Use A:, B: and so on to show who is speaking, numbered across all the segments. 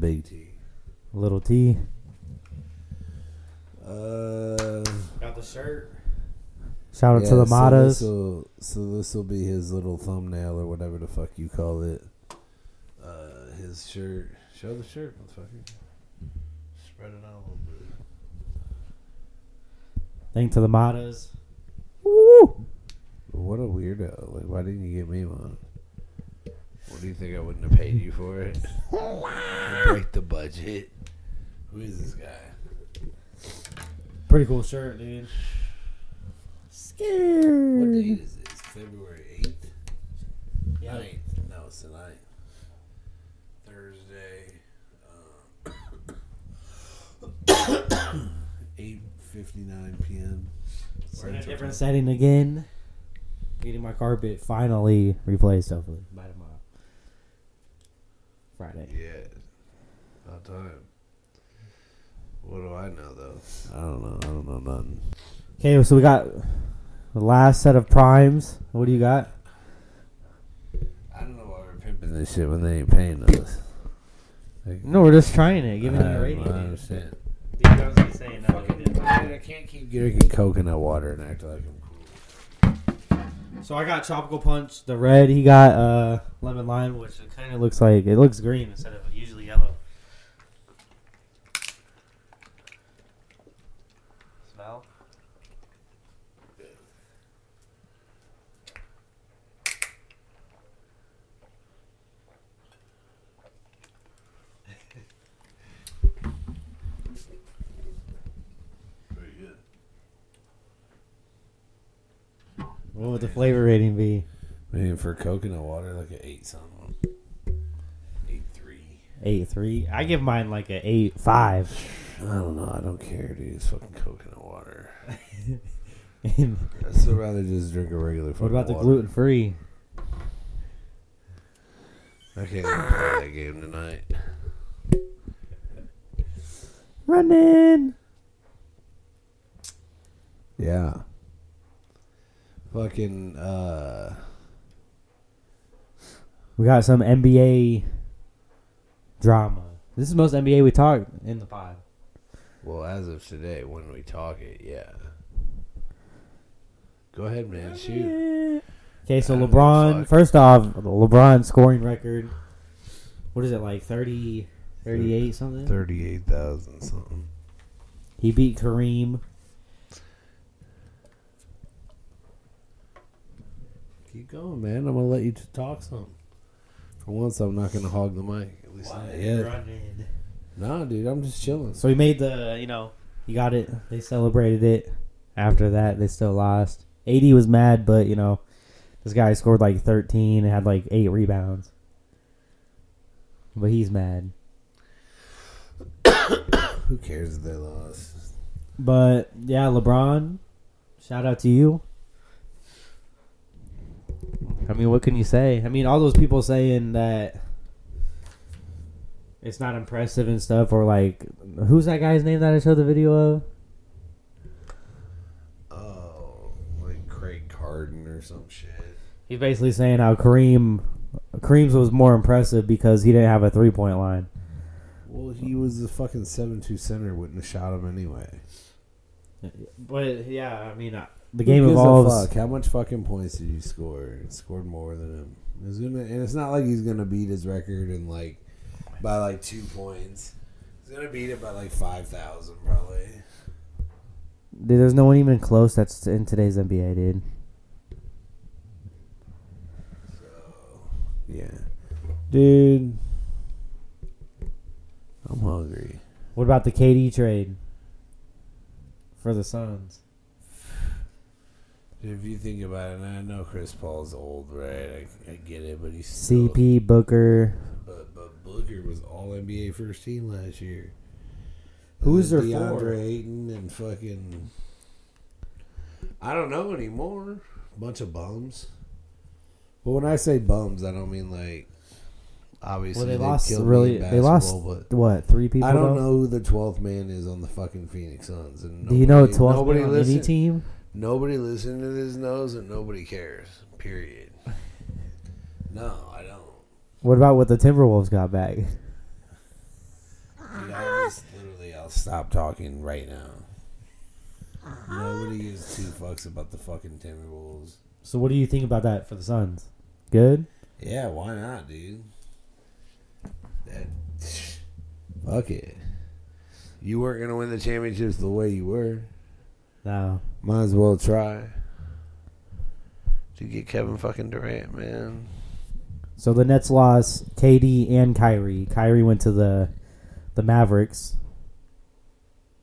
A: Big T.
B: Little T.
A: Uh,
C: Got the shirt.
B: Shout out to
A: yeah,
B: the Matas.
A: So this will be his little thumbnail or whatever the fuck you call it. Uh, his shirt. Show the shirt, motherfucker. Spread it out a little bit.
B: Thank to the Matas.
A: What a weirdo! Like, why didn't you get me one? What do you think? I wouldn't have paid you for it. Break the budget. Who is this guy?
B: Pretty cool shirt, dude.
A: What
B: Scared.
A: date is this? February eighth. Ninth. No, it's the ninth. Thursday. uh, Eight fifty nine p.m.
B: We're in a
A: Central
B: different
A: Time.
B: setting again. Getting my carpet finally replaced, hopefully, by tomorrow. Friday.
A: Yeah, about time. What do I know though? I don't know. I don't know nothing.
B: Okay, so we got the last set of primes. What do you got?
A: I don't know why we're pimping this shit when they ain't paying us. Like,
B: No, we're just trying it,
A: I,
B: giving it a rating.
A: I understand.
C: Dude, I was gonna say no. we
A: Fucking,
C: didn't.
A: I can't keep drinking coconut water and act like I'm cool.
B: So I got tropical punch, the red. He got uh, lemon lime, which it kind of looks like it looks green instead of usually yellow.
C: Smell.
A: Pretty good.
B: What would the flavor rating be?
A: Man, for coconut water, like an eight something. Eight three.
B: Eight three. I give mine like a eight five.
A: I don't know. I don't care, dude. It's fucking coconut water.
B: And
A: I'd still rather just drink a regular.
B: what
A: fucking
B: about the
A: water.
B: gluten free?
A: I can't even play that game tonight.
B: Running.
A: Yeah. Fucking uh,
B: We got some NBA drama. This is the most NBA we talked in the pod.
A: well, as of today, when we talk it, yeah. Go ahead, man. Shoot.
B: Okay, so
A: Ah,
B: LeBron.
A: fuck.
B: First off, LeBron scoring record. What is it like 30, 38 something?
A: Thirty-eight thousand something.
B: He beat Kareem.
A: Keep going, man. I'm gonna let you t- talk some. For once, I'm not gonna hog the mic. At least not yet.
B: Running.
A: Nah, dude, I'm just chilling.
B: So he made the, you know, he got it. They celebrated it. After that, they still lost. 80 was mad, but, you know, this guy scored like 13 and had like eight rebounds. But he's mad.
A: Who cares if they lost?
B: But, yeah, LeBron, shout out to you. I mean, what can you say? I mean, all those people saying that it's not impressive and stuff, or like, who's that guy's name that I showed the video of?
A: Oh, like Craig Carden or some shit.
B: He's basically saying how Kareem Kareem's was more impressive because he didn't have a three point line.
A: Well, he was the fucking seven-two center. Wouldn't have shot him anyway.
B: But yeah, I mean,
A: Who
B: the game
A: gives a
B: evolves.
A: Fuck? How much fucking points did you score? Scored more than him. It's gonna, and it's not like he's gonna beat his record in like by like two points. He's gonna beat it by like five thousand probably.
B: Dude, there's no one even close that's in today's NBA, dude.
A: Yeah. Dude. I'm hungry.
B: What about the KD trade for the Suns?
A: If you think about it, and I know Chris Paul's old, right? I, I get it, but he's still,
B: CP Booker.
A: But, but Booker was all NBA first team last year.
B: Who's
A: And
B: their
A: DeAndre
B: four?
A: Ayton and fucking. I don't know anymore. Bunch of bums. But when I say bums, I don't mean like. Obviously,
B: Well, they
A: they've
B: lost
A: killed me
B: really.
A: in
B: They lost
A: basketball, but-
B: what three people?
A: I don't
B: though?
A: know who the twelfth man is on the fucking Phoenix Suns. And
B: Do you know
A: nobody-
B: twelve on any
A: listen-
B: team?
A: Nobody listening to this knows, and nobody cares. Period. No, I don't.
B: What about what the Timberwolves got back?
A: I'll stop talking right now. Nobody gives two fucks about the fucking Timberwolves.
B: So what do you think about that for the Suns? Good.
A: Yeah, why not, dude? That, fuck it. You weren't gonna win the championships the way you were.
B: No.
A: Might as well try to get Kevin fucking Durant, man.
B: So the Nets lost KD and Kyrie. Kyrie went to the the Mavericks,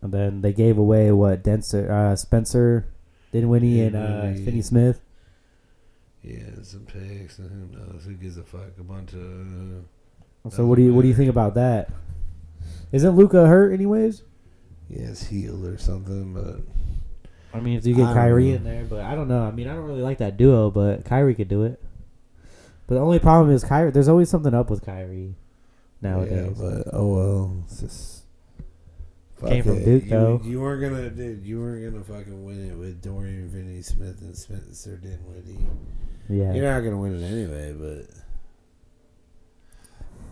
B: and then they gave away what Denser, uh, Spencer, Dinwiddie, and uh,
A: Dinwiddie.
B: Finney Smith.
A: Yeah, and some picks and who knows who gives a fuck a bunch of.
B: So what do you what do you think about that? Isn't Luca hurt anyways?
A: Yeah, it's healed or something, but
B: I mean, if you get
A: I don't
B: Kyrie
A: know.
B: in there, but I don't know. I mean, I don't really like that duo, but Kyrie could do it. But the only problem is Kyrie. There's always something up with Kyrie
A: yeah,
B: nowadays.
A: but oh well. It's just, fuck
B: Came from
A: it.
B: Duke,
A: you,
B: though.
A: You weren't gonna, dude. You weren't gonna fucking win it with Dorian Finney Smith and Spencer Dinwiddie.
B: yeah,
A: You're not gonna win it anyway,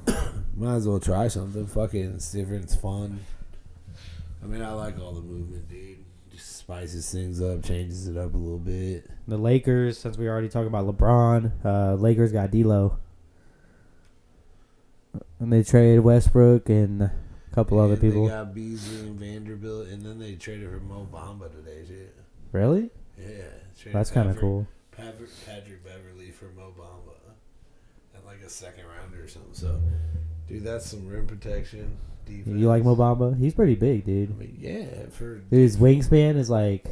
A: but might as well try something. Fuck it, it's different. It's fun. I mean, I like all the movement, dude. Just spices things up, changes it up a little bit.
B: The Lakers, since we were already talking about LeBron, uh, Lakers got D'Lo, and they traded Westbrook and a couple other
A: And they
B: people.
A: got Beasley and Vanderbilt, and then they traded for Mo Bamba today, shit.
B: really?
A: Yeah, traded
B: That's kind of
A: Patrick-
B: cool.
A: Patrick, Patrick Beverly for Mo Bamba, and like a second rounder or something. So, dude, that's some rim protection. Defense.
B: You like Mobamba? He's pretty big, dude.
A: I mean, yeah, for
B: Dude, his wingspan is like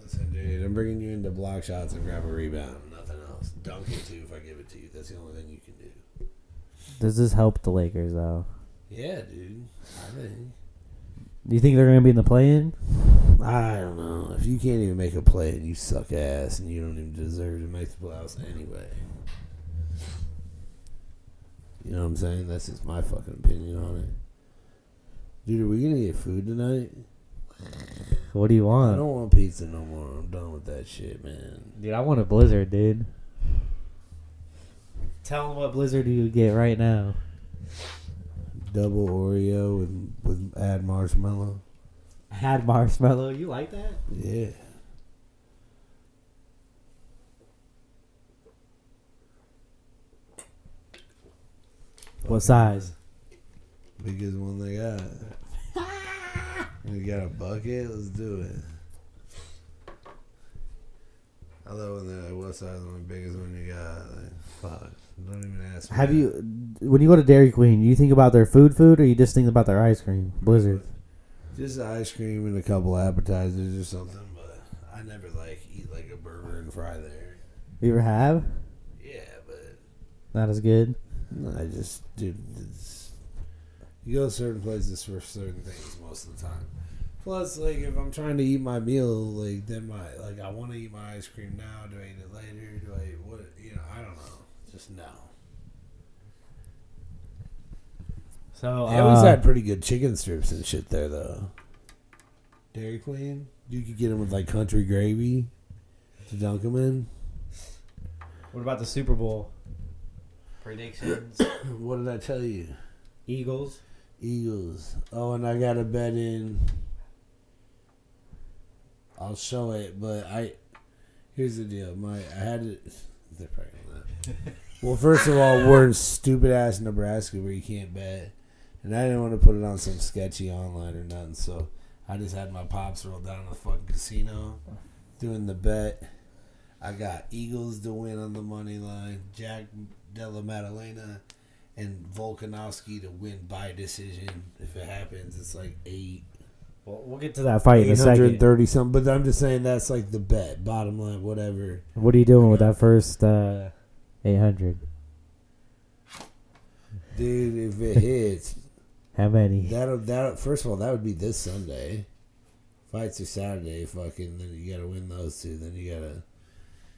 A: Listen, dude, I'm bringing you into block shots and grab a rebound. Nothing else. Dunk it too if I give it to you. That's the only thing you can do.
B: does this help the Lakers though?
A: Yeah, dude. I think.
B: Do you think they're gonna be in the play-in?
A: I don't know. If you can't even make a play and you suck ass and you don't even deserve to make the playoffs anyway. You know what I'm saying? That's just my fucking opinion on it. Dude, are we gonna get food tonight?
B: What do you
A: I
B: want,
A: don't want pizza no more. I'm done with that shit, man.
B: dude? I want a Blizzard, dude. Tell them what Blizzard you would get right now.
A: Double Oreo with with add marshmallow.
B: I had marshmallow. You like that?
A: Yeah.
B: What size?
A: Biggest one they got. we got a bucket. Let's do it. I love when they're like, "What size one? Biggest one you got?" Like, fuck, don't even ask. me
B: Have
A: that.
B: you, when you go to Dairy Queen, you think about their food, food, or you just think about their ice cream, Blizzard?
A: Just ice cream and a couple appetizers or something, but I never like eat like a burger and fry there.
B: You ever have?
A: Yeah, but
B: Not as good.
A: I just dude, it's, you go to certain places for certain things most of the time. Plus, like if I'm trying to eat my meal, like then my like I want to eat my ice cream now. Do I eat it later? Do I eat what? You know, I don't know. Just no.
B: So
A: They always had pretty good chicken strips and shit there though. Dairy Queen, you could get them with like country gravy to dunk them in.
B: what about the Super Bowl?
C: Predictions.
A: What did I tell you?
B: Eagles.
A: Eagles. Oh, and I got a bet in. I'll show it, but I. Here's the deal. My I had it. They're probably not. Well, first of all, we're in stupid ass Nebraska where you can't bet, and I didn't want to put it on some sketchy online or nothing, so I just had my pops roll down to the fucking casino, doing the bet. I got Eagles to win on the money line, Jack Della Maddalena and Volkanovski to win by decision. If it happens, it's like eight
B: Well, we'll get to that fight in a
A: eight hundred
B: second.
A: thirty something. But I'm just saying that's like the bet. Bottom line, whatever.
B: What are you doing with that first uh, 800?
A: Dude, if it hits,
B: How many?
A: that'll that first of all, that would be this Sunday. Fights are Saturday, fucking then you gotta win those two. Then you gotta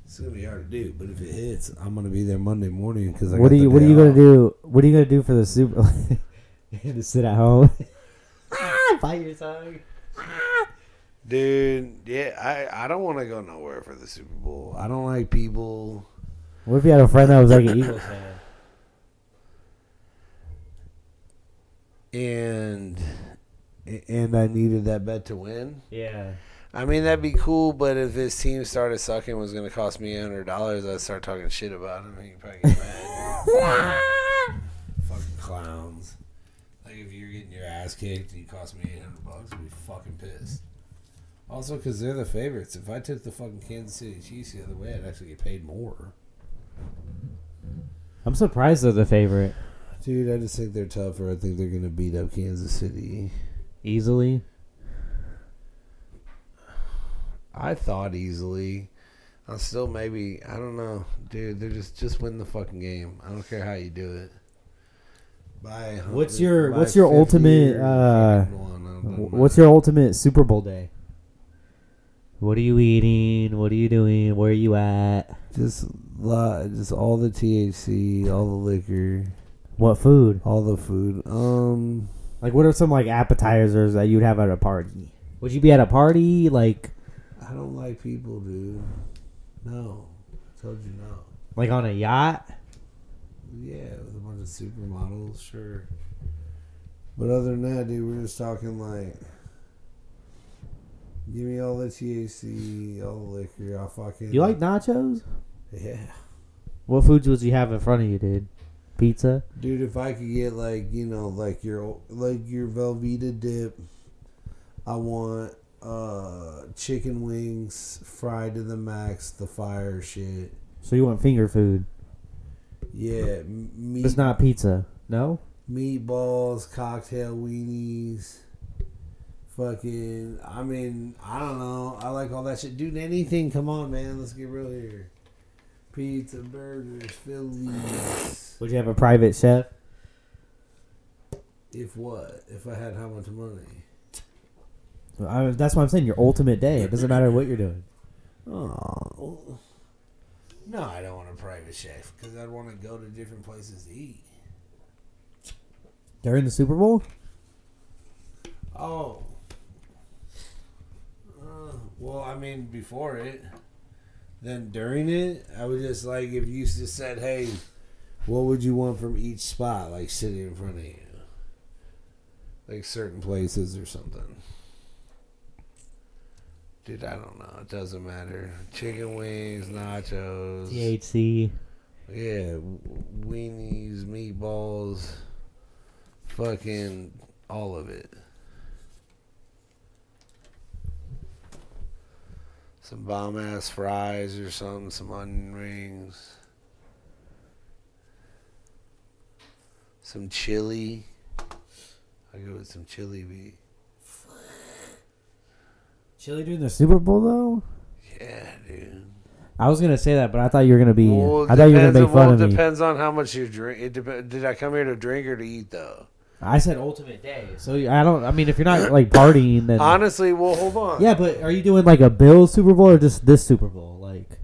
A: it's gonna be hard to do, but if it hits, I'm gonna be there Monday morning because I.
B: What
A: got
B: are you
A: the
B: What are
A: day
B: you gonna
A: off.
B: do? What are you gonna do for the Super? Bowl? you to sit at home. ah, bite your tongue.
A: dude? Yeah, I I don't want to go nowhere for the Super Bowl. I don't like people.
B: What if you had a friend that was like an Eagles fan?
A: and a- and I needed that bet to win,
B: Yeah.
A: I mean that'd be cool. But if his team started sucking, was going to cost me hundred dollars, I'd start talking shit about him. He'd probably get mad. fucking clowns. Like if you're getting your ass kicked and you cost me eight hundred bucks, I'd be fucking pissed. Also, because they're the favorites. If I took the fucking Kansas City Chiefs the other way, I'd actually get paid more.
B: I'm surprised they're the favorite.
A: Dude, I just think they're tougher. I think they're gonna beat up Kansas City.
B: Easily.
A: I thought easily. I'm still maybe I don't know, dude. They're just just win the fucking game. I don't care how you do it. By a
B: What's
A: hundred-
B: your-
A: by
B: what's your
A: 50
B: ultimate,
A: or
B: uh,
A: fucking one, I don't-
B: Wh- What's your ultimate Super Bowl day? What are you eating? What are you doing? Where are you at?
A: just li- just all the THC, all the liquor,
B: What food?
A: all the food. Um,
B: Like, what are some like appetizers that you'd have at a party? Would you be at a party? Like,
A: I don't like people, dude. No, told you no.
B: like on a yacht?
A: Yeah, with a bunch of supermodels, sure. But other than that, dude, we're just talking like, give me all the THC, all the liquor, I'll fucking.
B: You like nachos?
A: Yeah,
B: What foods would you have in front of you, dude? Pizza.
A: dude. If I could get like you know like your like your Velveeta dip, I want uh chicken wings fried to the max, the fire shit.
B: So you want finger food?
A: Yeah, m- meat
B: It's not pizza. No.
A: meatballs, cocktail weenies, fucking. I mean, I don't know. I like all that shit. Dude, anything. Come on, man. Let's get real here. Pizza, burgers, Phillies.
B: Would you have a private chef?
A: If what? If I had how much money?
B: I, that's what I'm saying. Your ultimate day. It doesn't matter what you're doing.
A: Oh. No, I don't want a private chef because I'd want to go to different places to eat.
B: During the Super Bowl?
A: Oh. Uh, well, I mean, before it, then during it, I would just like if you just said, "Hey, what would you want from each spot?" Like sitting in front of you, like certain places or something. Dude, I don't know. It doesn't matter. Chicken wings, nachos,
B: THC.
A: yeah, w- weenies, meatballs, fucking all of it. Some bomb ass fries or something, some onion rings, some chili. I go with some chili beef.
B: Chili during the Super Bowl though?
A: Yeah, dude.
B: I was gonna say that, but I thought you were gonna be.
A: Well,
B: I thought you were gonna
A: depends-
B: make fun
A: well,
B: of me.
A: depends on how much you drink. It dep- did I come here to drink or to eat though?
B: I said ultimate day. So I don't. I mean, if you're not like partying, then
A: Honestly, well, hold on.
B: yeah. But are you doing like a Bill Super Bowl or just this Super Bowl? Like,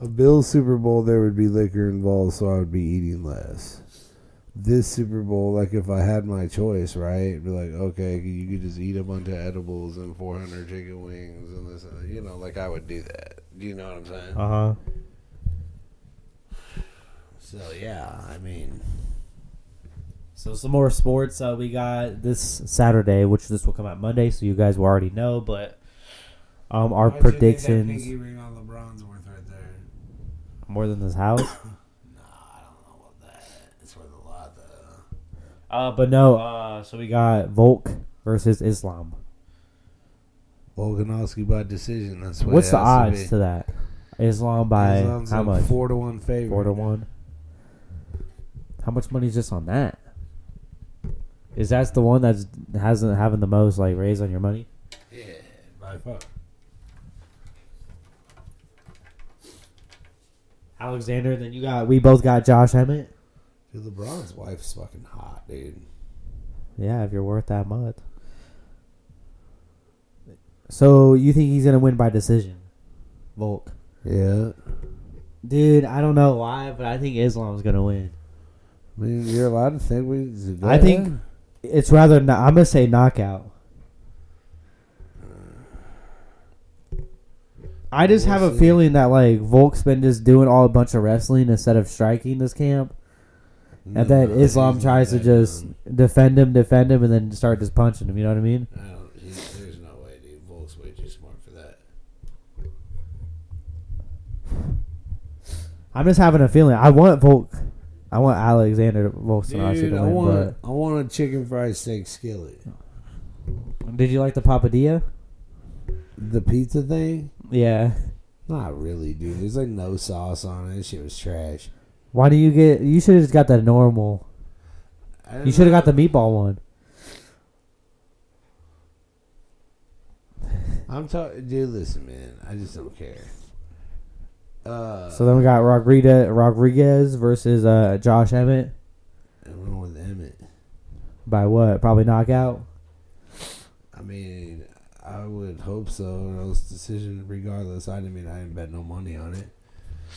A: A Bills Super Bowl, there would be liquor involved, so I would be eating less. This Super Bowl, like if I had my choice, right? Be like, okay, you could just eat a bunch of edibles and 400 chicken wings and this, and that. you know, like I would do that. Do you know what I'm saying?
B: uh huh.
A: So yeah, I mean,
B: So some more sports. Uh, we got this Saturday, which this will come out Monday, so you guys will already know. But um, our predictions
A: ring on LeBron's worth right there.
B: more than this house.
A: Nah, I don't know about that. It's worth a lot though.
B: Uh, but no. Uh, so we got Volk versus Islam.
A: Volkanovski by decision. That's what
B: What's
A: it
B: the
A: has to
B: odds
A: be.
B: to that? Islam by
A: Islam's
B: how
A: a
B: much?
A: Four to one favorite.
B: Four to one. How much money is just on that? Is that the one that's hasn't having the most like raise on your money?
A: Yeah, by far.
B: Alexander, then you got we both got Josh Emmett.
A: Dude, LeBron's wife's fucking hot, dude.
B: Yeah, if you're worth that much. So you think he's gonna win by decision, Volk?
A: Yeah.
B: Dude, I don't know why, but I think Islam's gonna win.
A: I mean, you're allowed to think we.
B: I think it's rather. No- I'm gonna say knockout. I just
A: We'll
B: have a
A: see.
B: feeling that like Volk's been just doing all a bunch of wrestling instead of striking this camp, and then
A: No,
B: Islam
A: Mm, he's
B: tries to
A: not that
B: just
A: dumb.
B: defend him, defend him, and then start just punching him. You know what I mean?
A: I don't. He's, there's no way, dude. Volk's way too smart for that.
B: I'm just having a feeling. I want Volk. I want Alexander Volkanovski
A: Dude,
B: to
A: I
B: win.
A: want I want a chicken fried steak skillet.
B: But did you like the papadilla?
A: The pizza thing?
B: Yeah.
A: Not really, dude. There's like no sauce on it. That shit was trash.
B: Why do you get? You should have just got the normal.
A: I don't
B: You should have
A: know.
B: got the meatball one.
A: I'm talking, dude. Listen, man. I just don't care. Uh,
B: So then we got Rodriguez, Rodriguez versus uh, Josh Emmett
A: I'm going with Emmett.
B: by what? Probably knockout.
A: I mean, I would hope so. And it was decision regardless. I didn't mean I didn't bet no money on it.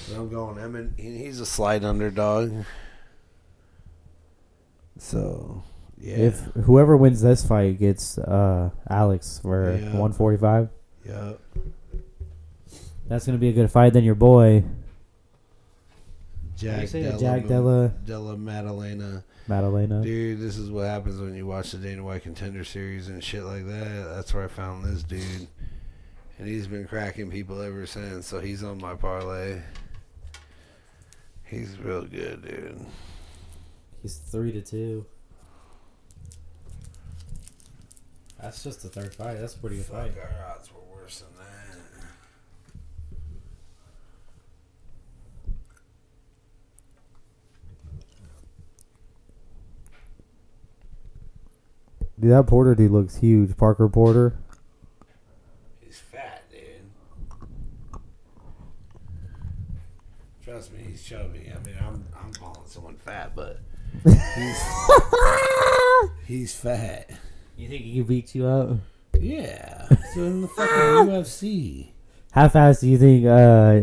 A: But I'm going Emmett. He- He's a slight underdog. So, yeah.
B: If whoever wins this fight gets uh, Alex for
A: Yeah.
B: 145,
A: Yup.
B: that's gonna be a good fight. Then your boy You
A: Jack
B: say
A: Della,
B: Jack Della
A: Della Maddalena.
B: Madalena.
A: Dude, this is what happens when you watch the Dana White Contender Series and shit like that. That's where I found this dude. And he's been cracking people ever since, so he's on my parlay. He's real good, dude.
B: He's three to two. That's just the third fight. That's a pretty good
A: Fuck, our odds were worse than that.
B: Dude, that Porter dude looks huge. Parker Porter.
A: He's fat, dude. Trust me, he's chubby. I mean, I'm I'm calling someone fat, but he's he's fat.
B: You think he can beat you up?
A: Yeah, so in the fucking UFC.
B: How fast do you think uh,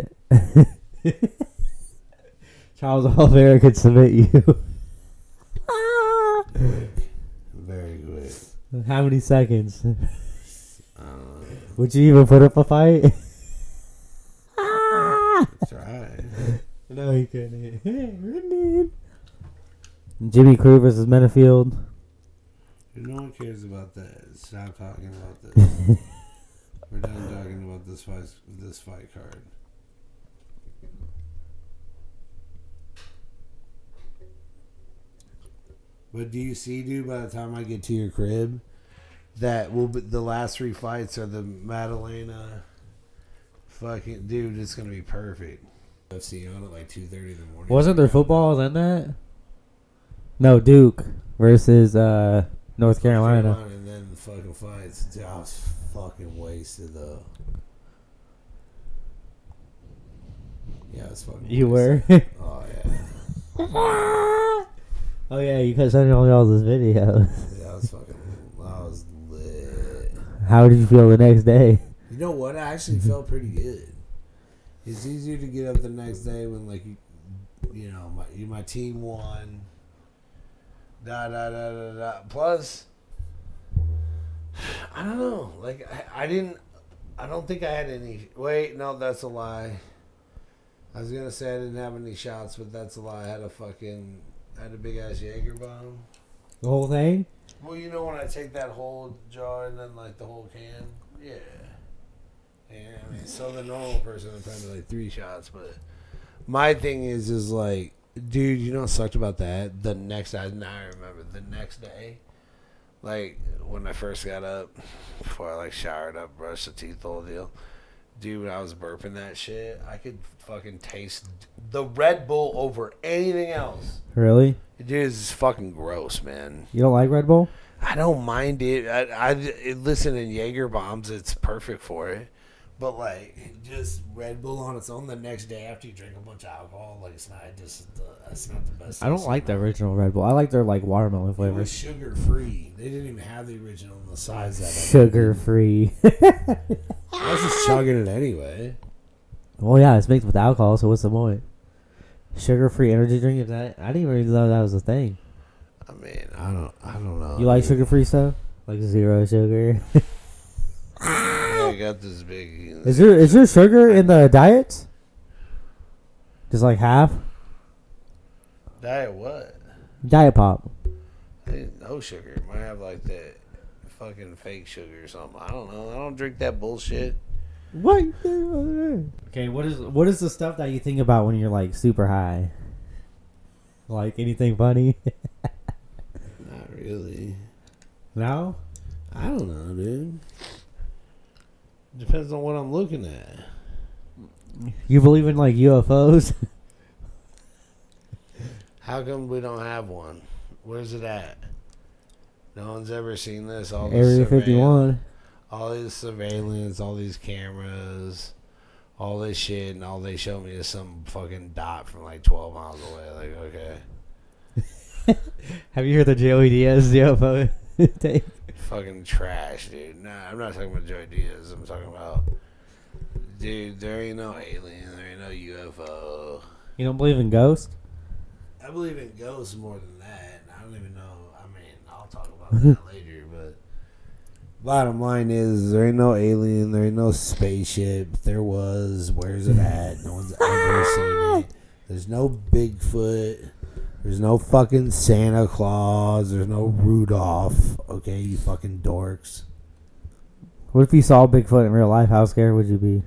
B: Charles Oliveira could submit you?
A: Very good.
B: How many seconds?
A: Um,
B: Would you even put up a fight? Ah!
A: try.
B: no, he couldn't. Jimmy Crew versus Menafield.
A: No one cares about that. Stop talking about this. We're done talking about this fight. This fight card. But do you see, dude? By the time I get to your crib, that will be the last three fights are the Madalena. Fucking dude, it's gonna be perfect. UFC on at like two thirty in the morning.
B: Wasn't there football in that? No, Duke versus uh, North Carolina.
A: And then the fucking fights. Dude, I was fucking wasted though. Yeah, it's fucking.
B: You
A: wasted.
B: were.
A: Oh yeah,
B: oh yeah, you could send me all those videos.
A: yeah, I was fucking. I was lit.
B: How did you feel the next day?
A: You know what? I actually felt pretty good. It's easier to get up the next day when like you, you know, my you, my team won. Da da da da da. Plus, I don't know. Like I, I didn't. I don't think I had any. Wait, no, that's a lie. I was gonna say I didn't have any shots, but that's a lie. I had a fucking. I had a big ass Jaeger bomb.
B: The whole thing?
A: Well, you know when I take that whole jar and then like the whole can, yeah. Yeah, I mean, so the normal person would probably like three shots, but my thing is, is like, dude, you know what sucked about that? The next, I now I remember the next day, like when I first got up, before I like showered up, brushed the teeth, the whole deal. Dude, when I was burping that shit, I could fucking taste the Red Bull over anything else.
B: Really?
A: Dude, it's fucking gross, man.
B: You don't like Red Bull?
A: I don't mind it. I, I it- listen in Jaeger bombs. It's perfect for it. But like just Red Bull on its own the next day after you drink a bunch of alcohol, like it's not just the, it's not the best.
B: I don't
A: taste.
B: like the original Red Bull. I like their like watermelon
A: It was
B: flavors.
A: sugar free. They didn't even have the original on the size that
B: Sugar free.
A: I was just chugging it anyway.
B: well, yeah, it's mixed with alcohol, so what's the point? Sugar free energy drink. Is that I didn't even really know that was a thing.
A: I mean, I don't, I don't know.
B: You like sugar free stuff? Like zero sugar?
A: I got this big.
B: is there is there sugar in the diet? Just like half
A: diet what?
B: Diet pop.
A: I didn't- No sugar. It might have like that fucking fake sugar or something. I don't know. I don't drink that bullshit.
B: What? Okay, what is what is the stuff that you think about when you're like super high? Like anything funny?
A: Not really.
B: no.
A: I don't know, dude. Depends on what I'm looking at.
B: You believe in like UFOs?
A: How come we don't have one? Where's it at? No one's ever seen this. All this
B: Area
A: surveillance-
B: 51.
A: all this surveillance, all these cameras, all this shit, and all they show me is some fucking dot from like 12 miles away. Like, okay,
B: Have you heard the E Joey Diaz UFO tape?
A: fucking trash, dude. Nah, I'm not talking about Joy Diaz. I'm talking about, dude, there ain't no alien, there ain't no UFO.
B: You don't believe in ghosts?
A: I believe in ghosts more than that. and I don't even know. I mean, I'll talk about that later, but. Bottom line is, there ain't no alien, there ain't no spaceship. If there was, where's it at? No one's ever seen it. There's no Bigfoot. There's no fucking Santa Claus. There's no Rudolph. Okay, you fucking dorks.
B: What if you saw Bigfoot in real life? How scared would you be?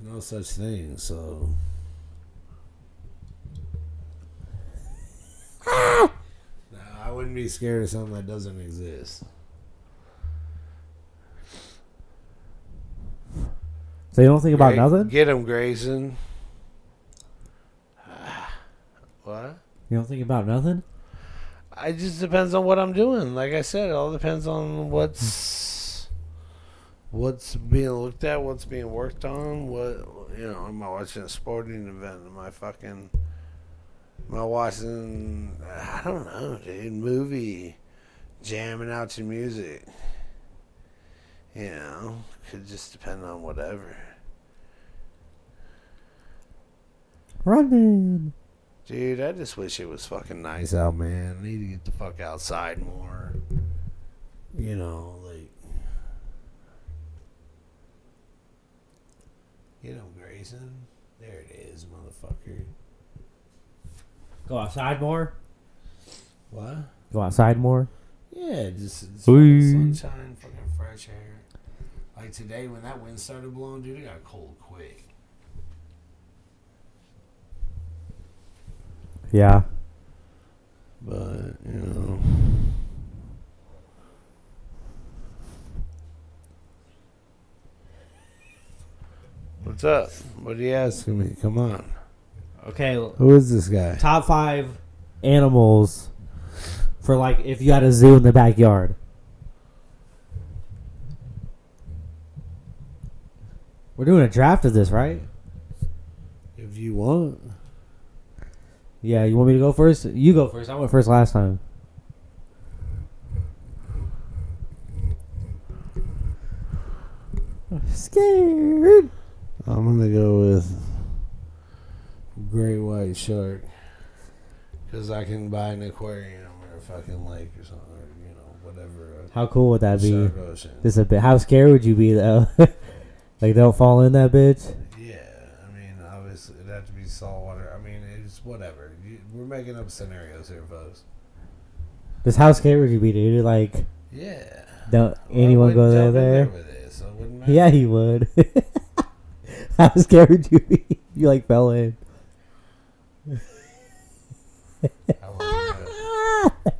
A: There's no such thing, so. no, I wouldn't be scared of something that doesn't exist.
B: So you don't think about
A: Gra-
B: nothing?
A: Get him, Grayson. What?
B: You don't think about nothing?
A: It just depends on what I'm doing. Like I said, it all depends on what's what's being looked at, what's being worked on. What you know, am I watching a sporting event? Am I fucking? Am I watching? I don't know, dude. Movie, jamming out to music. You know, could just depend on whatever.
B: Running.
A: Dude, I just wish it was fucking nice out, man. I need to get the fuck outside more. You know, like. You know, Grayson. There it is, motherfucker.
B: Go outside more.
A: What?
B: Go outside more.
A: Yeah, just it's
B: Whee.
A: fucking sunshine, fucking fresh air. Like today, when that wind started blowing, dude, it got cold quick.
B: Yeah.
A: But, you know. What's up? What are you asking me? Come on.
B: Okay.
A: Who is this guy?
B: Top five animals for like if you had a zoo in the backyard. We're doing a draft of this, right?
A: If you want.
B: Yeah. You want me to go first? You go first. I went first last time. Scared.
A: I'm going to go with Great White Shark. Because I can buy an aquarium or a fucking lake or something, or, you know, whatever.
B: How cool would that be?
A: Shark ocean.
B: This a bit. How scared would you be though? like don't fall in that bitch.
A: Yeah, I mean, obviously it'd have to be saltwater. I mean, it's whatever. You, we're making up scenarios here, folks.
B: Just how scared would you be, dude? Like
A: Yeah.
B: don't
A: I
B: anyone
A: wouldn't
B: go there
A: jump in
B: there?
A: with it, so it wouldn't matter.
B: Yeah, he would. how scared would you be? if You like fell in.
A: I wouldn't do it.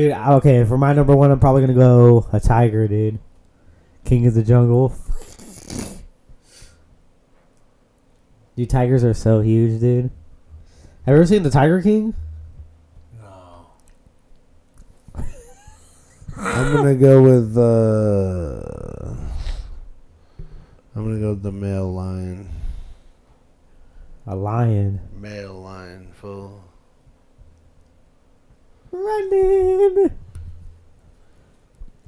B: Dude, I- okay. For my number one, I'm probably gonna go a tiger, dude. King of the jungle. Dude, tigers are so huge, dude. Have you ever seen the Tiger King?
A: No. I'm gonna go with. Uh, I'm gonna go with the male lion.
B: A lion.
A: Male lion, full.
B: Running.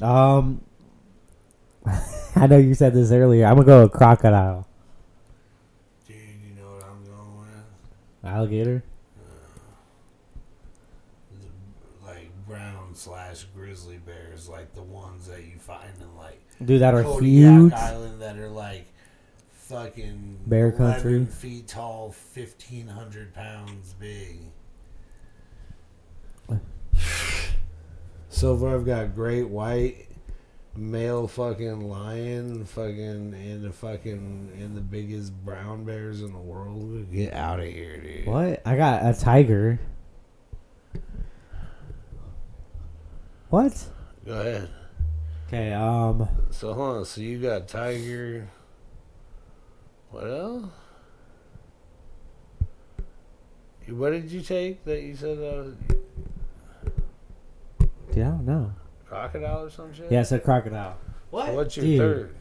B: Um, I know you said this earlier. I'm gonna go with crocodile,
A: Dude, you know what I'm going with?
B: alligator.
A: The, like brown slash grizzly bears, like the ones that you find in like
B: Dude, that are
A: Kodiak
B: huge.
A: Island that are like fucking
B: Bear country.
A: 11 feet tall, fifteen hundred pounds big. So far, I've got great white, male fucking lion, fucking and the fucking and the biggest brown bears in the world. Get out of here, dude.
B: What? I got a tiger. What?
A: Go ahead.
B: Okay, um,
A: So hold on. So you got tiger. What else? What did you take that you said uh, that was
B: dude, I don't know.
A: crocodile or some shit?
B: Yeah, it's a crocodile.
C: What?
A: What's your
B: Dude.
A: third?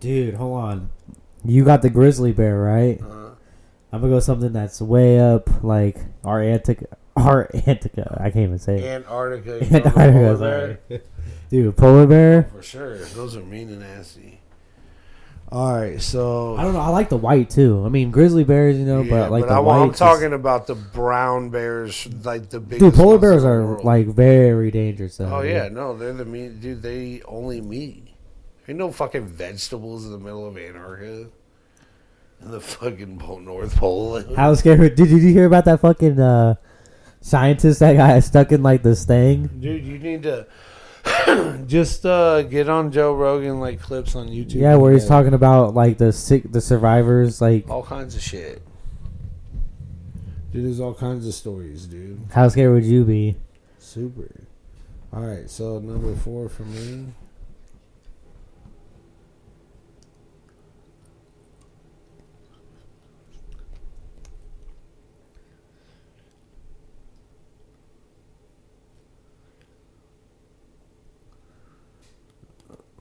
B: Dude, hold on. You got the grizzly bear, right?
A: Uh,
B: I'm gonna go something that's way up, like Antarctica. Antarctica. I can't even say it.
A: Antarctica. You know, the polar bear?
B: Antarctica. sorry. Dude, polar bear.
A: For sure. Those are mean and nasty. All right, so
B: I don't know. I like the white too. I mean, grizzly bears, you know,
A: Yeah,
B: but like the
A: I,
B: white.
A: am talking about the brown bears, like the biggest.
B: Dude, polar
A: ones in
B: bears
A: the
B: are
A: world.
B: like very dangerous. Though,
A: Oh
B: dude.
A: yeah, no, they're the meat. Dude, they eat only meat. Ain't no fucking vegetables in the middle of Antarctica. In the fucking po- North Pole.
B: How scary! Did, did you hear about that fucking uh, scientist that got stuck in like this thing?
A: Dude, you need to just uh, get on Joe Rogan like clips on YouTube.
B: yeah, where he's
A: Yeah.
B: talking about like the sick, the survivors, like
A: all kinds of shit. Dude, there's all kinds of stories, dude.
B: how scared would you be?
A: Super. All right, so number four for me.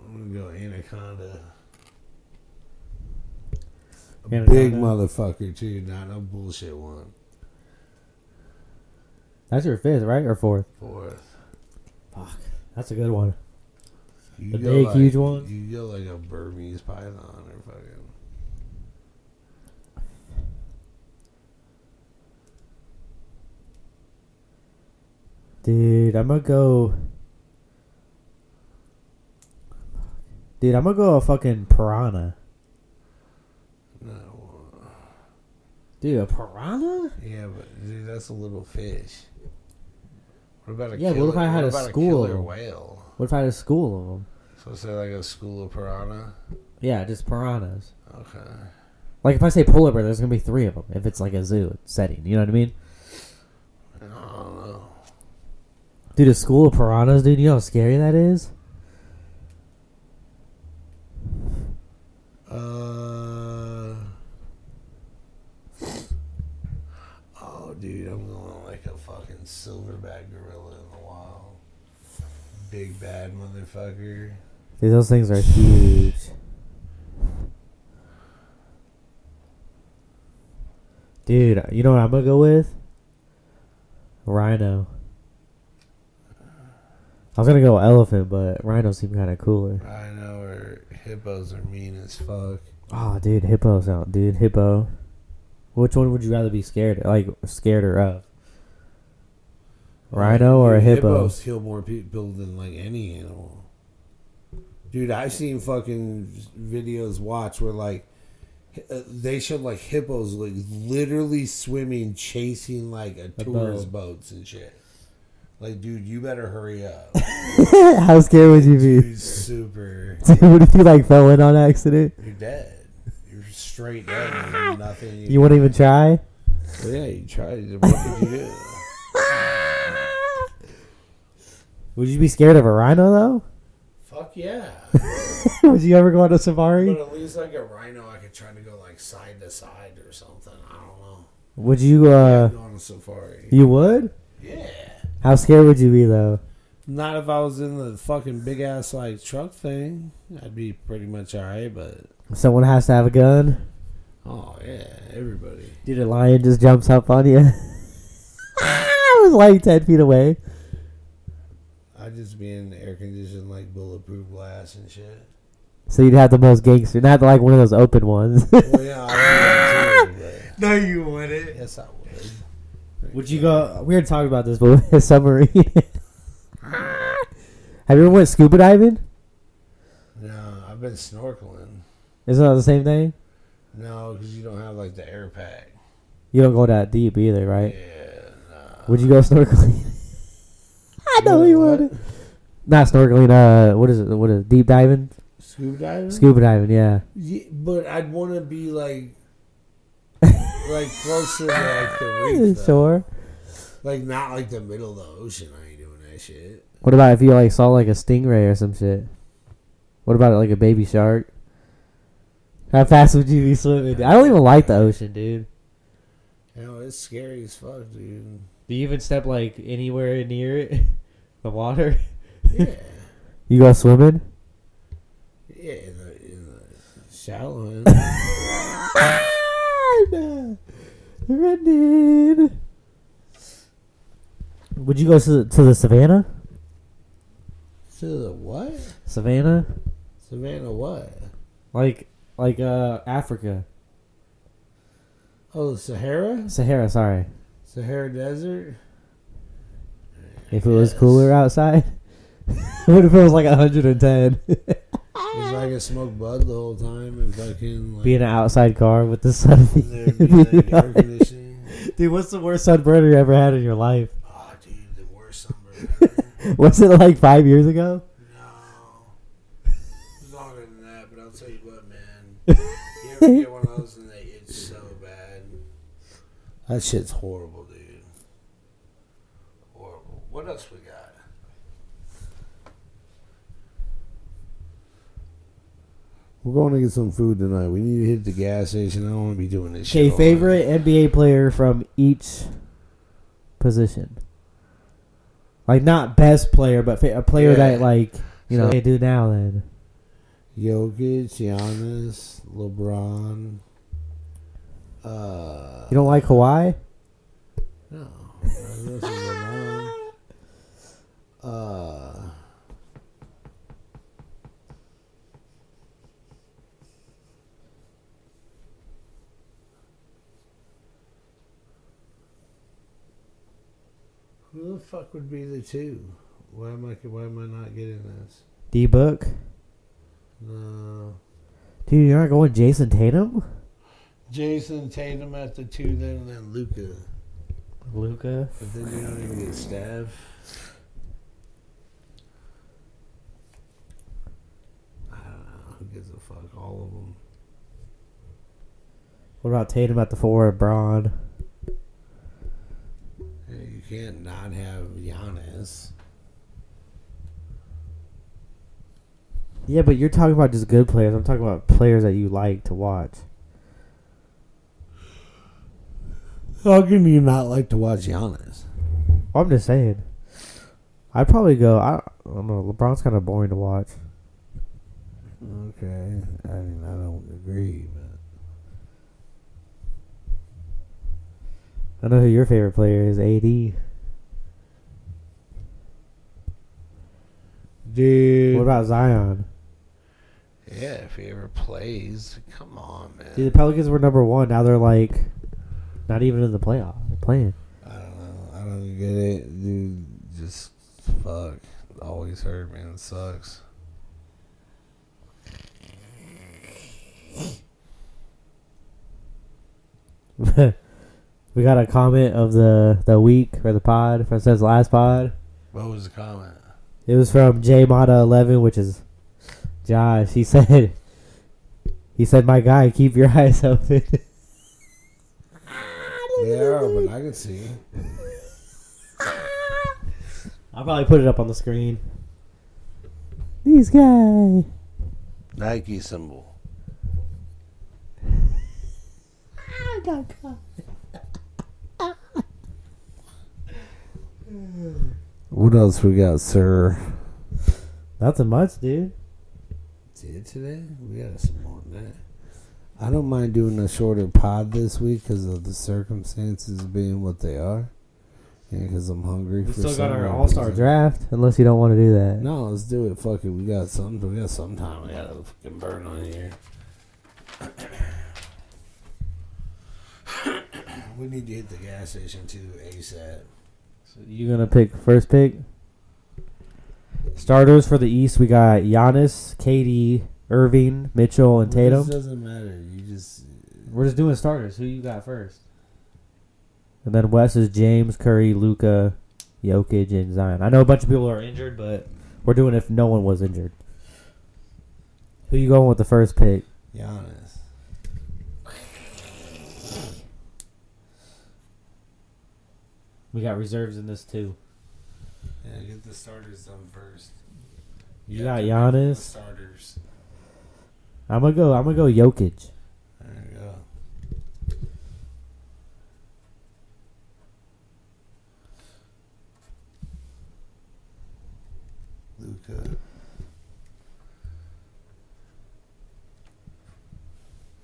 A: I'm gonna go anaconda. A big
B: Anaconda.
A: motherfucker too, not a bullshit one.
B: That's your fifth, right, or fourth?
A: Fourth.
B: Fuck, that's a good one.
A: You
B: The
A: go
B: big,
A: like-
B: huge ones?
A: You go like a Burmese python or fucking.
B: Dude, I'm gonna go. Dude, I'm gonna go a fucking piranha.
A: No.
B: Dude, a piranha?
A: Yeah, but dude, that's a little fish. What about a
B: Yeah, what
A: Killer,
B: if I had a
A: about
B: school?
A: killer whale?
B: What if I had a school of them?
A: So say like a school of piranha.
B: Yeah, just piranhas.
A: Okay.
B: Like if I say polar bear, there's gonna be three of them. If it's like a zoo setting, you know what I mean?
A: I don't know.
B: Dude, a school of piranhas, dude. You know how scary that is.
A: Uh. Oh, dude, I'm going like a fucking silverback gorilla in the wild. Big bad motherfucker.
B: Dude, those things are huge. Dude, you know what I'm gonna go with? Rhino. I was gonna go elephant, but rhino seem kind of cooler.
A: I know her hippos are mean as fuck.
B: Oh, dude, hippo's out. Dude, hippo. Which one would you rather be scared, like scared or of? Rhino or a
A: Dude,
B: hippo?
A: Hippos kill more people than like any animal. Dude, I've seen fucking videos watch where like hi- uh, they showed like hippos like literally swimming, chasing like a,
B: A
A: tourist
B: boat.
A: boats and shit. Like, dude, you better hurry up.
B: How scared would you be?
A: Dude, super.
B: Dude, what if you like fell in on accident?
A: You're dead. You're straight dead. There's nothing.
B: You wouldn't even try.
A: yeah, you tried. it. What did you do?
B: Would you be scared of a rhino
A: Fuck yeah.
B: though? Would you ever go on a
A: But
B: safari?
A: at least like a rhino, I could try to go like side to side or something. I don't know.
B: Would you? uh
A: go on a safari.
B: You would?
A: Yeah.
B: How scared would you be though?
A: Not if I was in the fucking big ass like truck thing. I'd be pretty much alright, but
B: Someone has to have a gun.
A: oh yeah, everybody.
B: Dude, a lion just jumps up on you. I was like ten feet away.
A: I'd just be in air conditioned like bulletproof glass and shit.
B: So you'd have the most gangster, not like one of those open ones.
A: Well yeah, I would too, but
B: no, you wouldn't.
A: yes I would.
B: Would you go? We were talking about this, but a submarine. have you ever went scuba diving?
A: No, I've been snorkeling.
B: Isn't that the same thing?
A: No, because you don't have like the air pack.
B: You don't go that deep either, right?
A: Yeah, nah.
B: Would you go snorkeling? I know
A: know
B: you
A: what?
B: would. Not snorkeling. Uh, what is it? What is it? deep diving?
A: Scuba diving?
B: Scuba diving. Yeah.
A: Yeah, but I'd want to be like, like closer to like the reef, though.
B: Sure.
A: Like not like the middle of the ocean. I ain't doing that shit.
B: What about if you like saw like a stingray or some shit? What about like a baby shark? How fast would you be swimming? I don't even like the ocean, dude.
A: You know, it's scary as fuck, dude.
B: Do you even step like anywhere near it? The water?
A: Yeah,
B: You go swimming?
A: yeah, in the, in the shallow end.
B: Running. Would you go to to the savannah?
A: to the what?
B: Savannah,
A: Savannah, what?
B: like like uh Africa,
A: Oh, Sahara,
B: Sahara. Sorry,
A: Sahara Desert.
B: if it was
A: Yes.
B: cooler outside. what if it was like 110?
A: It's like I smoked bud the whole time and fucking like,
B: Be in an outside car with the sun.
A: in there being like air conditioning.
B: Dude, what's the worst sunburn you ever had in your life?
A: Oh, dude, the worst summer ever.
B: Was it like five years ago?
A: No. It's Longer than that, but I'll tell you what, man. You ever get one of those and they itch so bad? That shit's horrible, dude. Horrible. What else we got? We're going to get some food tonight. We need to hit the gas station. I don't want to be doing this
B: Okay,
A: shit.
B: favorite NBA player from each position. Like not best player, but fa- a player
A: Yeah.
B: that like you know
A: So-
B: they do now. Then
A: Jokic, Giannis, LeBron. Uh,
B: you don't like Kawhi?
A: No. This is LeBron. Uh, who the fuck would be the two? Why am I? Why am I not getting this?
B: D Book,
A: No.
B: dude, you're not going Jason Tatum,
A: Jason Tatum at the two, then then Luca.
B: Luca.
A: But then you don't even get stabbed. I don't know. Who gives a fuck? All of them.
B: What about Tatum at the four? Braun.
A: You can't not have Giannis.
B: Yeah, but you're talking about just good players. I'm talking about players that you like to watch.
A: How can you not like to watch Giannis?
B: I'm just saying. I'd probably go. I, I don't know. LeBron's kind of boring to watch.
A: Okay. I mean, I don't agree, but.
B: I know who your favorite player is. AD.
A: Dude.
B: What about Zion?
A: Yeah, if he ever plays. Come on, man.
B: Dude, the Pelicans were number one. Now they're like not even in the playoff. They're playing.
A: I don't know. I don't get it, dude. Just fuck. Always hurt, man. It sucks.
B: we got a comment of the the week or the pod from says last pod.
A: What was the comment?
B: It was from J Mata Eleven, which is Josh. He said, he said, my guy, keep your eyes open.
A: They are, but I can see.
B: I'll probably put it up on the screen. These guys.
A: Nike symbol.
B: I got caught.
A: What else we got, sir?
B: Nothing much, dude.
A: Did today? We got some more than that. I don't mind doing a shorter pod this week because of the circumstances being what they are, and because I'm hungry.
B: We
A: for
B: still got
A: some
B: our
A: reason.
B: All Star draft, unless you don't want to do that.
A: No, let's do it. Fuck it. We got something. We got some time. We got to fucking burn on here. we need to hit the gas station too ASAP.
B: So you gonna pick first pick? Starters for the East, we got Giannis, KD, Irving, Mitchell, and
A: Well, this
B: Tatum.
A: doesn't matter. You just
B: We're just doing starters. Who you got first? And then Wes is James, Curry, Luca, Jokic, and Zion. I know a bunch of people are injured, but we're doing if no one was injured. Who you going with the first pick?
A: Giannis.
B: We got reserves in this too.
A: Yeah, get the starters done first.
B: You
A: Yeah,
B: got
A: get rid of the
B: Giannis.
A: Starters.
B: I'm gonna go. I'm gonna go Jokic.
A: There you go. Luca.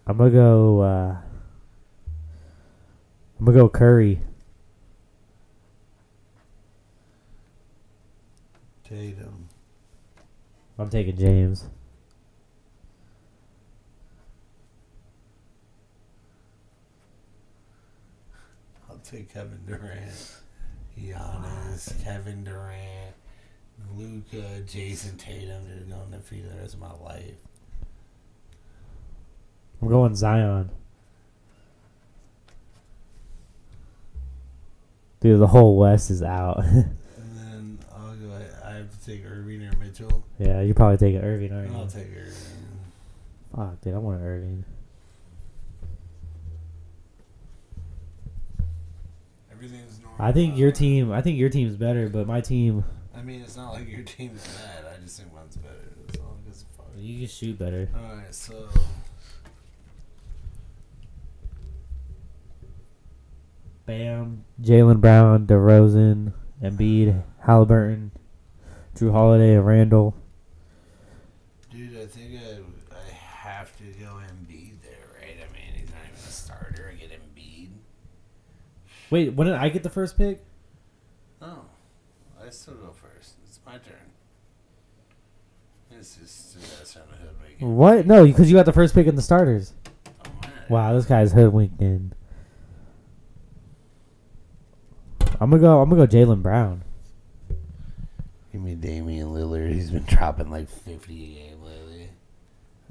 B: I'm gonna go. Uh, I'm gonna go Curry.
A: Tatum.
B: I'm taking James.
A: I'll take Kevin Durant. Giannis, Kevin Durant, Luca, Jason Tatum. They're going to feed the rest of my life.
B: I'm going Zion. Dude, the whole West is out.
A: And then I'll go. I have to take Irving or Mitchell.
B: yeah, you're probably taking Irving, aren't
A: And I'll
B: you?
A: take Irving.
B: Fuck, dude, I want Irving.
A: Everything's normal.
B: I think your team. I think your team's better, but my team,
A: I mean, it's not like your team's bad. I just think mine's better. That's all. Because fuck.
B: you can shoot better.
A: All right, so.
B: Bam, Jalen Brown, DeRozan, Embiid, Halliburton, Drew Holiday, and Randall.
A: Dude, I think I, I have to go Embiid there, right? I mean, he's not even a starter. I get Embiid.
B: Wait, when did I get the first pick?
A: No, Oh, I still go first. It's my turn. This is the best time I have Oh, my
B: What? No, because you got the first pick in the starters.
A: game.
B: Wow, this guy's hoodwinked in. I'm gonna go. I'm gonna go Jalen Brown.
A: Give me Damian Lillard. He's been dropping like 50 a game lately.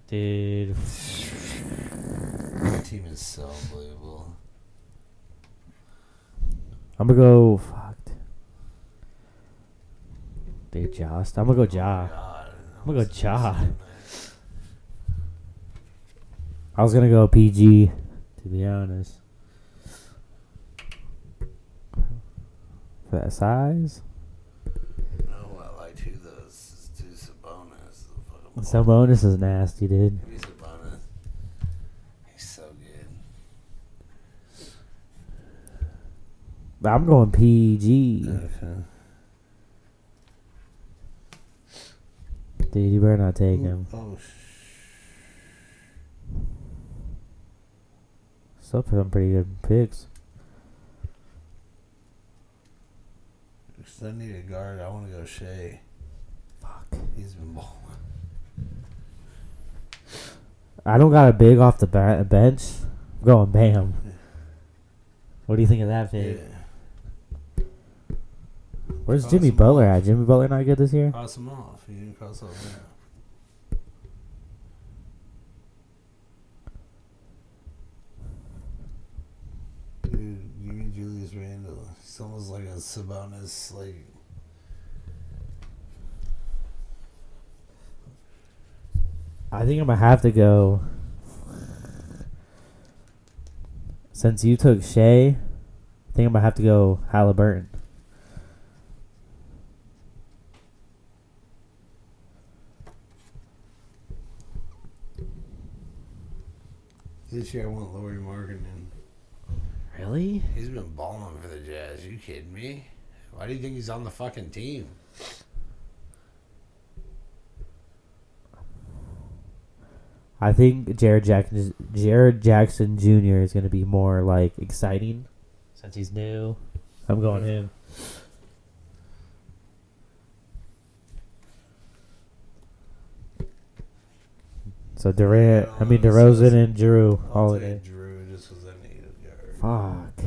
B: Dude,
A: The team is so unbelievable.
B: I'm gonna go. Fucked. Dude, Jost. I'm gonna go
A: Oh
B: Ja.
A: I'm
B: gonna go Ja. I was gonna go PG, to be honest. For that size,
A: No, I like two those. Two Sabonis. the fucking ball.
B: Sabonis is nasty, dude.
A: Give me Sabonis. He's so good.
B: But I'm going PG.
A: Okay.
B: Dude, you better not take him.
A: Oh, sh-
B: Still some pretty good picks.
A: I need a guard. I want to go Shea.
B: Fuck.
A: He's been balling.
B: I don't got a big off the ba- bench. I'm going Bam. What do you think of that pick? Where's
A: Oh,
B: Jimmy
A: it's-
B: Butler at? Jimmy Butler not good this year?
A: Cross him off. You didn't cross off now. Dude, give me Julius Randle. He's almost like a Sabonis, like.
B: I think I'm gonna have to go. Since you took Shea, I think I'm gonna have to go Halliburton.
A: This year I want Lori Markkinen.
B: Really?
A: He's been balling for the Jazz. You kidding me? Why do you think he's on the fucking team?
B: I think Jared Jackson, Jared Jackson Jr. is gonna be more like exciting since he's new. I'm going him. So Durant, I
A: Uh,
B: mean DeRozan and Drew
A: I'll take
B: Holiday.
A: Drew just because I need a guard.
B: Fuck.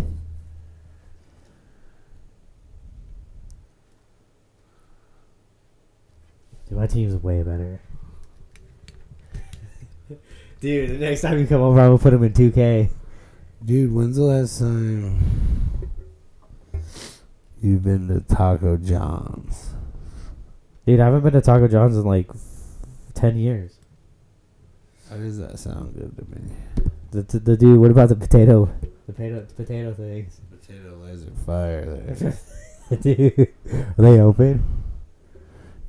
B: Dude, my team's way better. Dude, the next time you come over, I'm gonna put him in 2K.
A: Dude, when's the last time you've been to Taco John's?
B: Dude, I haven't been to Taco John's in like f- 10 years.
A: How does that sound good to me?
B: The, the, the dude, what about the potato, the potato, potato things?
A: Potato legs are fire there.
B: dude, are they open?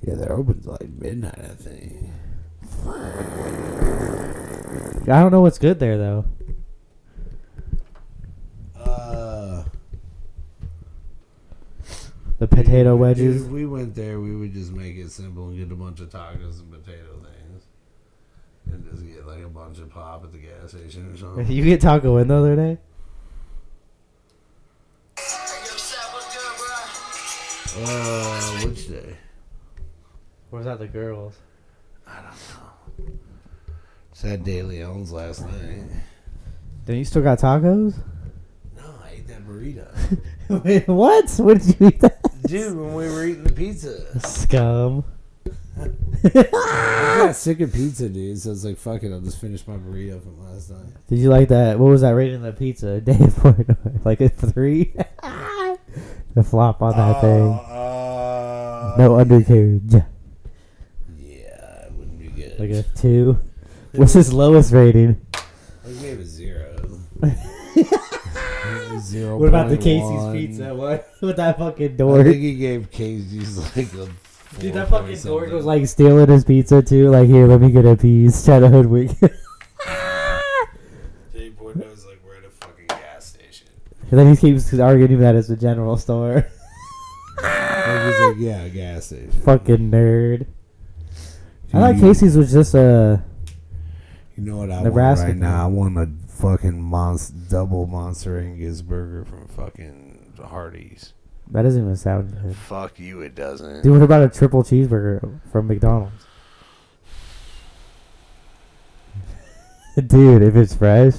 A: yeah, they're open till like midnight, I think.
B: I don't know what's good there though.
A: Uh,
B: The potato wedges.
A: If we went there, we would just make it simple and get a bunch of tacos and potato things. And just get like a bunch of pop at the gas station or something.
B: You get taco in the other day?
A: Uh, which day?
B: Or was that the girls?
A: It's at De Leon's last night.
B: Then you still got tacos?
A: No, I ate that burrito.
B: Wait, what? What did you eat that?
A: Dude, when we were eating the pizza.
B: Scum.
A: I got sick of pizza, dude, so it's like, fuck it, I'll just finish my burrito from last night.
B: Did you like that? What was that rating of that pizza? Dave Portnoy. Like a three? the flop on that
A: Oh.
B: thing.
A: Uh,
B: No undercarriage.
A: Yeah, it wouldn't be good.
B: Like a two. What's his lowest rating?
A: I gave a zero. zero.
B: What about the
A: point
B: Casey's
A: one.
B: pizza? What? With that fucking
A: I
B: door.
A: think he gave Casey's like a.
B: Dude, that
A: four point
B: fucking dork
A: something.
B: was like stealing his pizza too. Like, here, let me get a piece. Try to hoodwink. and
A: Jay Portnoy was like, we're at a fucking gas station.
B: then he keeps arguing that it's a general store.
A: Like, he's like, yeah, a gas station.
B: fucking nerd. I
A: Dude,
B: like
A: you-
B: Casey's was just uh,
A: You know what I
B: Nebraska.
A: want right now? I want a fucking monst- double Monster Angus burger from fucking Hardee's.
B: that doesn't even sound good.
A: Fuck you, it doesn't.
B: Dude, what about a triple cheeseburger from McDonald's? Dude, if it's fresh,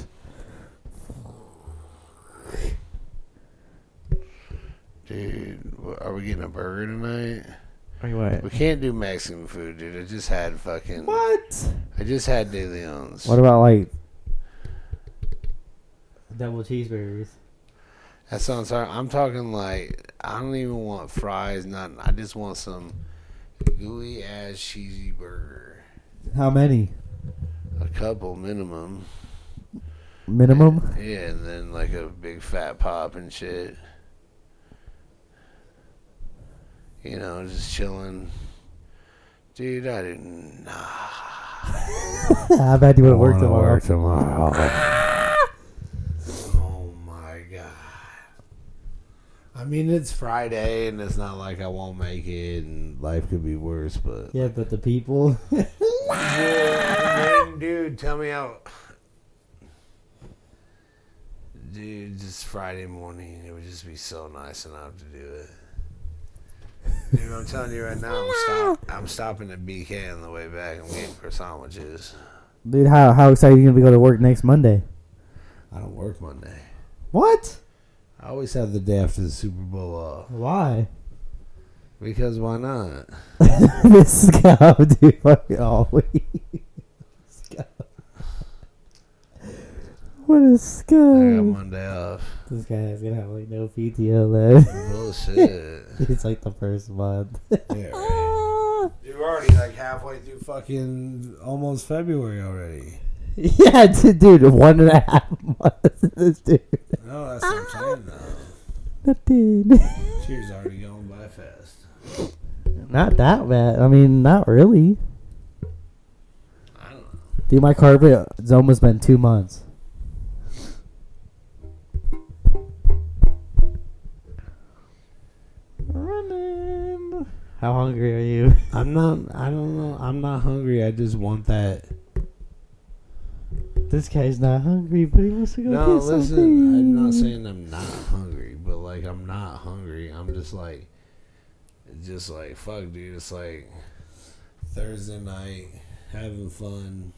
A: Dude, wh- are we getting a burger tonight? We
B: what?
A: can't do Mexican food, dude. I just had fucking.
B: What?
A: I just had De Leon's.
B: What about like double cheeseburgers?
A: That sounds hard. I'm talking like I don't even want fries, nothing. I just want some gooey ass cheesy burger.
B: How many?
A: A couple minimum.
B: Minimum.
A: Yeah, and then like a big fat pop and shit. You know, just chilling. Dude, I didn't. Nah.
B: I bet you would work tomorrow.
A: tomorrow. oh my god. I mean, it's Friday, and it's not like I won't make it, and life could be worse, but.
B: Yeah, but the people.
A: Dude, dude, tell me how. Dude, just Friday morning, it would just be so nice and I have to do it. Dude, I'm telling you right now, I'm, stop, I'm stopping at BK on the way back. I'm getting for sandwiches.
B: Dude, how how excited are you gonna be going to work next Monday?
A: I don't work Monday.
B: What?
A: I always have the day after the Super Bowl off.
B: Why?
A: Because why not?
B: this guy, dude, fucking always. Scum. What a
A: I got
B: scum!
A: Monday off.
B: This guy is gonna have like no PTO left.
A: Bullshit.
B: it's like the first month.
A: yeah, right. You're already like halfway through fucking almost February already.
B: yeah, d- dude, one and a half months. of This dude,
A: No, that's what I'm
B: Oh.
A: saying though.
B: nothing.
A: Cheers already going by fast.
B: Not that bad. I mean, not really.
A: I don't know.
B: Dude, my carpet it's almost been two months. Running. How hungry are you?
A: I'm not. I don't know. I'm not hungry. I just want that.
B: This guy's not hungry, but he wants to go
A: No,
B: get
A: listen.
B: something.
A: I'm not saying I'm not hungry, but like I'm not hungry. I'm just like, it's just like fuck, dude. It's like Thursday night, having fun.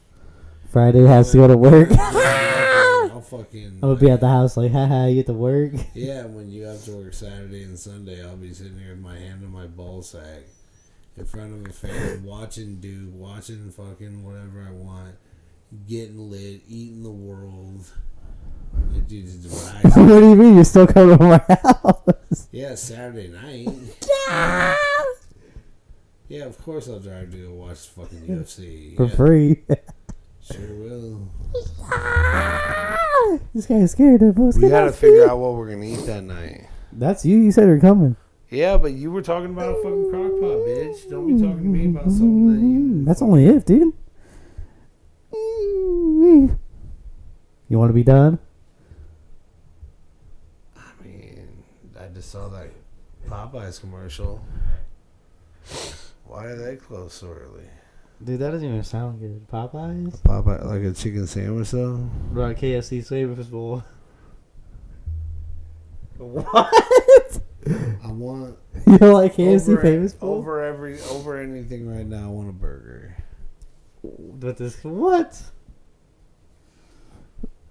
B: Friday has to go to work. I'm Ah.
A: I'll fucking.
B: gonna be at the house like, haha, you get to work.
A: Yeah, when you have to work Saturday and Sunday, I'll be sitting here with my hand on my ball sack in front of a fan, watching Duke, watching fucking whatever I want, getting lit, eating the world. That dude is devised.
B: what do you mean? You're still coming to my house?
A: yeah, Saturday night. Yeah, of course I'll drive to go watch fucking UFC.
B: For
A: Yeah,
B: free.
A: sure will.
B: Ah, this guy's scared of us.
A: We gotta figure out what we're gonna eat that night.
B: That's you. You said you're coming.
A: Yeah, but you were talking about a fucking crock pot, bitch. Don't be talking to me about something that you.
B: Mm-hmm. That's only if, dude. Mm-hmm. You want to be done?
A: I mean, I just saw that Popeyes commercial. Why are they closed so early?
B: Dude, that doesn't even sound good. Popeyes?
A: Popeye, like a chicken sandwich though.
B: Bro, KFC Savers Bowl. What?
A: I want
B: You don't like KFC
A: over,
B: Famous Bowl?
A: over every over anything right now. I want a burger.
B: But this what?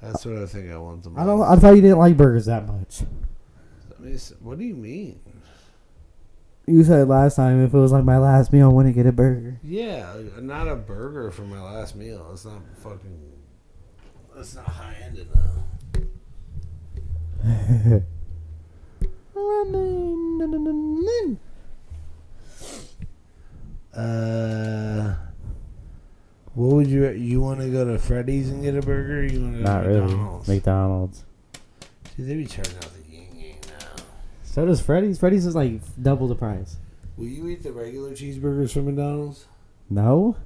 A: That's what I think I want the most.
B: I don't. I thought you didn't like burgers that much.
A: I mean, it's- what do you mean?
B: You said last time if it was like my last meal, I wouldn't get a burger.
A: Yeah, not a burger for my last meal. It's not fucking. It's not high end enough. Uh, what would you you want to go to Freddy's and get a burger? Or you want to go
B: Not
A: to
B: really.
A: McDonald's?
B: McDonald's.
A: Dude, they be turning out the yin yang now.
B: So does Freddy's. Freddy's is like double the price.
A: Will you eat the regular cheeseburgers from McDonald's?
B: No.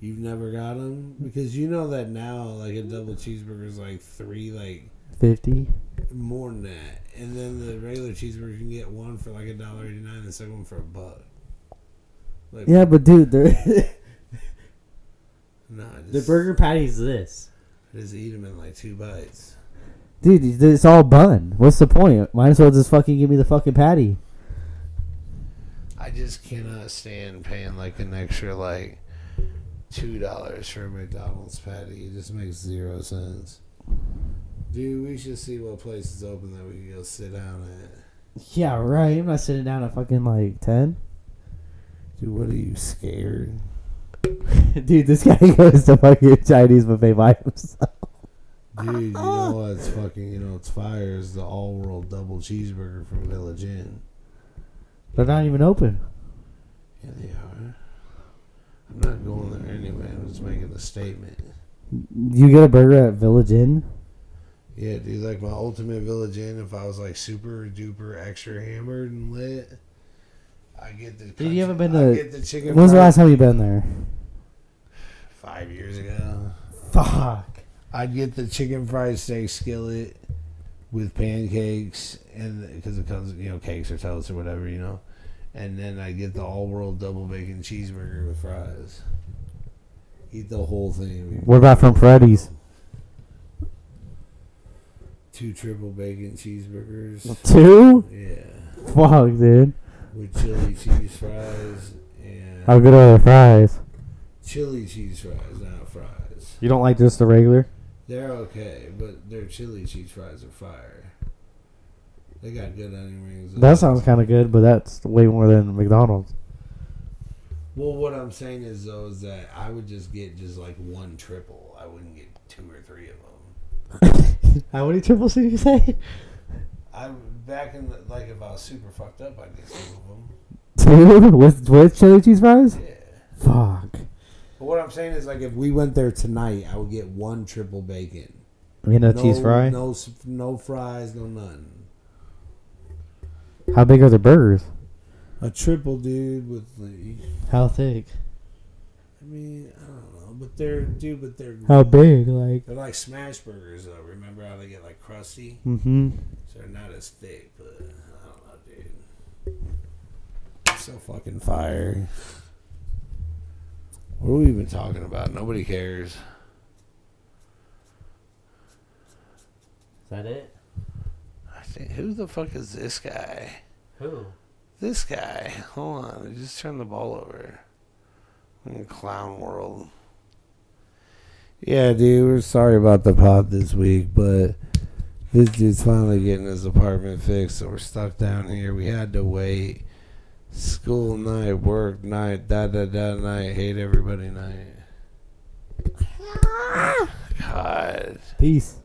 A: You've never got them because you know that now, like a double cheeseburger is like three, like
B: Fifty.
A: more than that, and then the regular cheeseburger you can get one for like a dollar eighty nine, the second one for a buck. Like,
B: Yeah, but dude, the
A: nah, just,
B: the burger patty's this.
A: Just eat them in like two bites.
B: Dude, it's all bun. What's the point? Might as well just fucking give me the fucking patty.
A: I just cannot stand paying like an extra like two dollars for a McDonald's patty. It just makes zero sense. Dude, we should see what place is open that we can go sit down at.
B: Yeah, right. I'm not sitting down at fucking like ten.
A: Dude, what are you scared?
B: Dude, this guy goes to fucking Chinese buffet by himself.
A: Dude, you know what's fucking you know it's fire is the all world double cheeseburger from Village Inn.
B: They're not even open.
A: Yeah, they are. I'm not going there anyway, I'm just making a statement.
B: You get a burger at Village Inn?
A: Yeah, dude, like my ultimate village inn. If I was like super duper extra hammered and lit, I get the.
B: Dude, you haven't been
A: I
B: to-
A: get the chicken.
B: When was the
A: fried-
B: last time you been there?
A: Five years ago.
B: Fuck.
A: I'd get the chicken fried steak skillet with pancakes, and because it comes, you know, cakes or toast or whatever, you know, and then I get the all world double bacon cheeseburger with fries. Eat the whole thing.
B: What about from Freddy's?
A: Two triple bacon cheeseburgers.
B: Two?
A: Yeah.
B: Fuck, dude.
A: with chili cheese fries and
B: How good are the fries?
A: chili cheese fries, not fries.
B: You don't like just the regular?
A: They're okay, but their chili cheese fries are fire. They got good onion rings.
B: That sounds kind of good, but that's way more than McDonald's.
A: Well, what I'm saying is though is that I would just get just like one triple. I wouldn't get two or three of them.
B: How many triples did you say?
A: I back in the, like if I was super fucked up, I'd get two of them.
B: Two? With, with chili cheese fries?
A: Yeah.
B: Fuck.
A: But what I'm saying is like if we went there tonight, I would get one triple bacon.
B: We get no, cheese fry?
A: No, s- no fries, no none.
B: How big are the burgers?
A: A triple dude with the.
B: How thick?
A: I mean, I don't know, but they're dude, but they're
B: How big? Like.
A: they're like smash burgers though. Remember how they get like crusty?
B: Mm-hmm.
A: So they're not as thick, but uh, I don't know, dude. They're so fucking fire. What are we even talking about? Nobody cares.
B: Is that it?
A: I think who the fuck is this guy?
B: Who?
A: This guy. Hold on. I just turned the ball over. In clown world. Yeah, dude. We're sorry about the pod this week, but this dude's finally getting his apartment fixed, so we're stuck down here. We had to wait. School night, work night, da da da night, hate everybody night.
D: God.
A: Peace.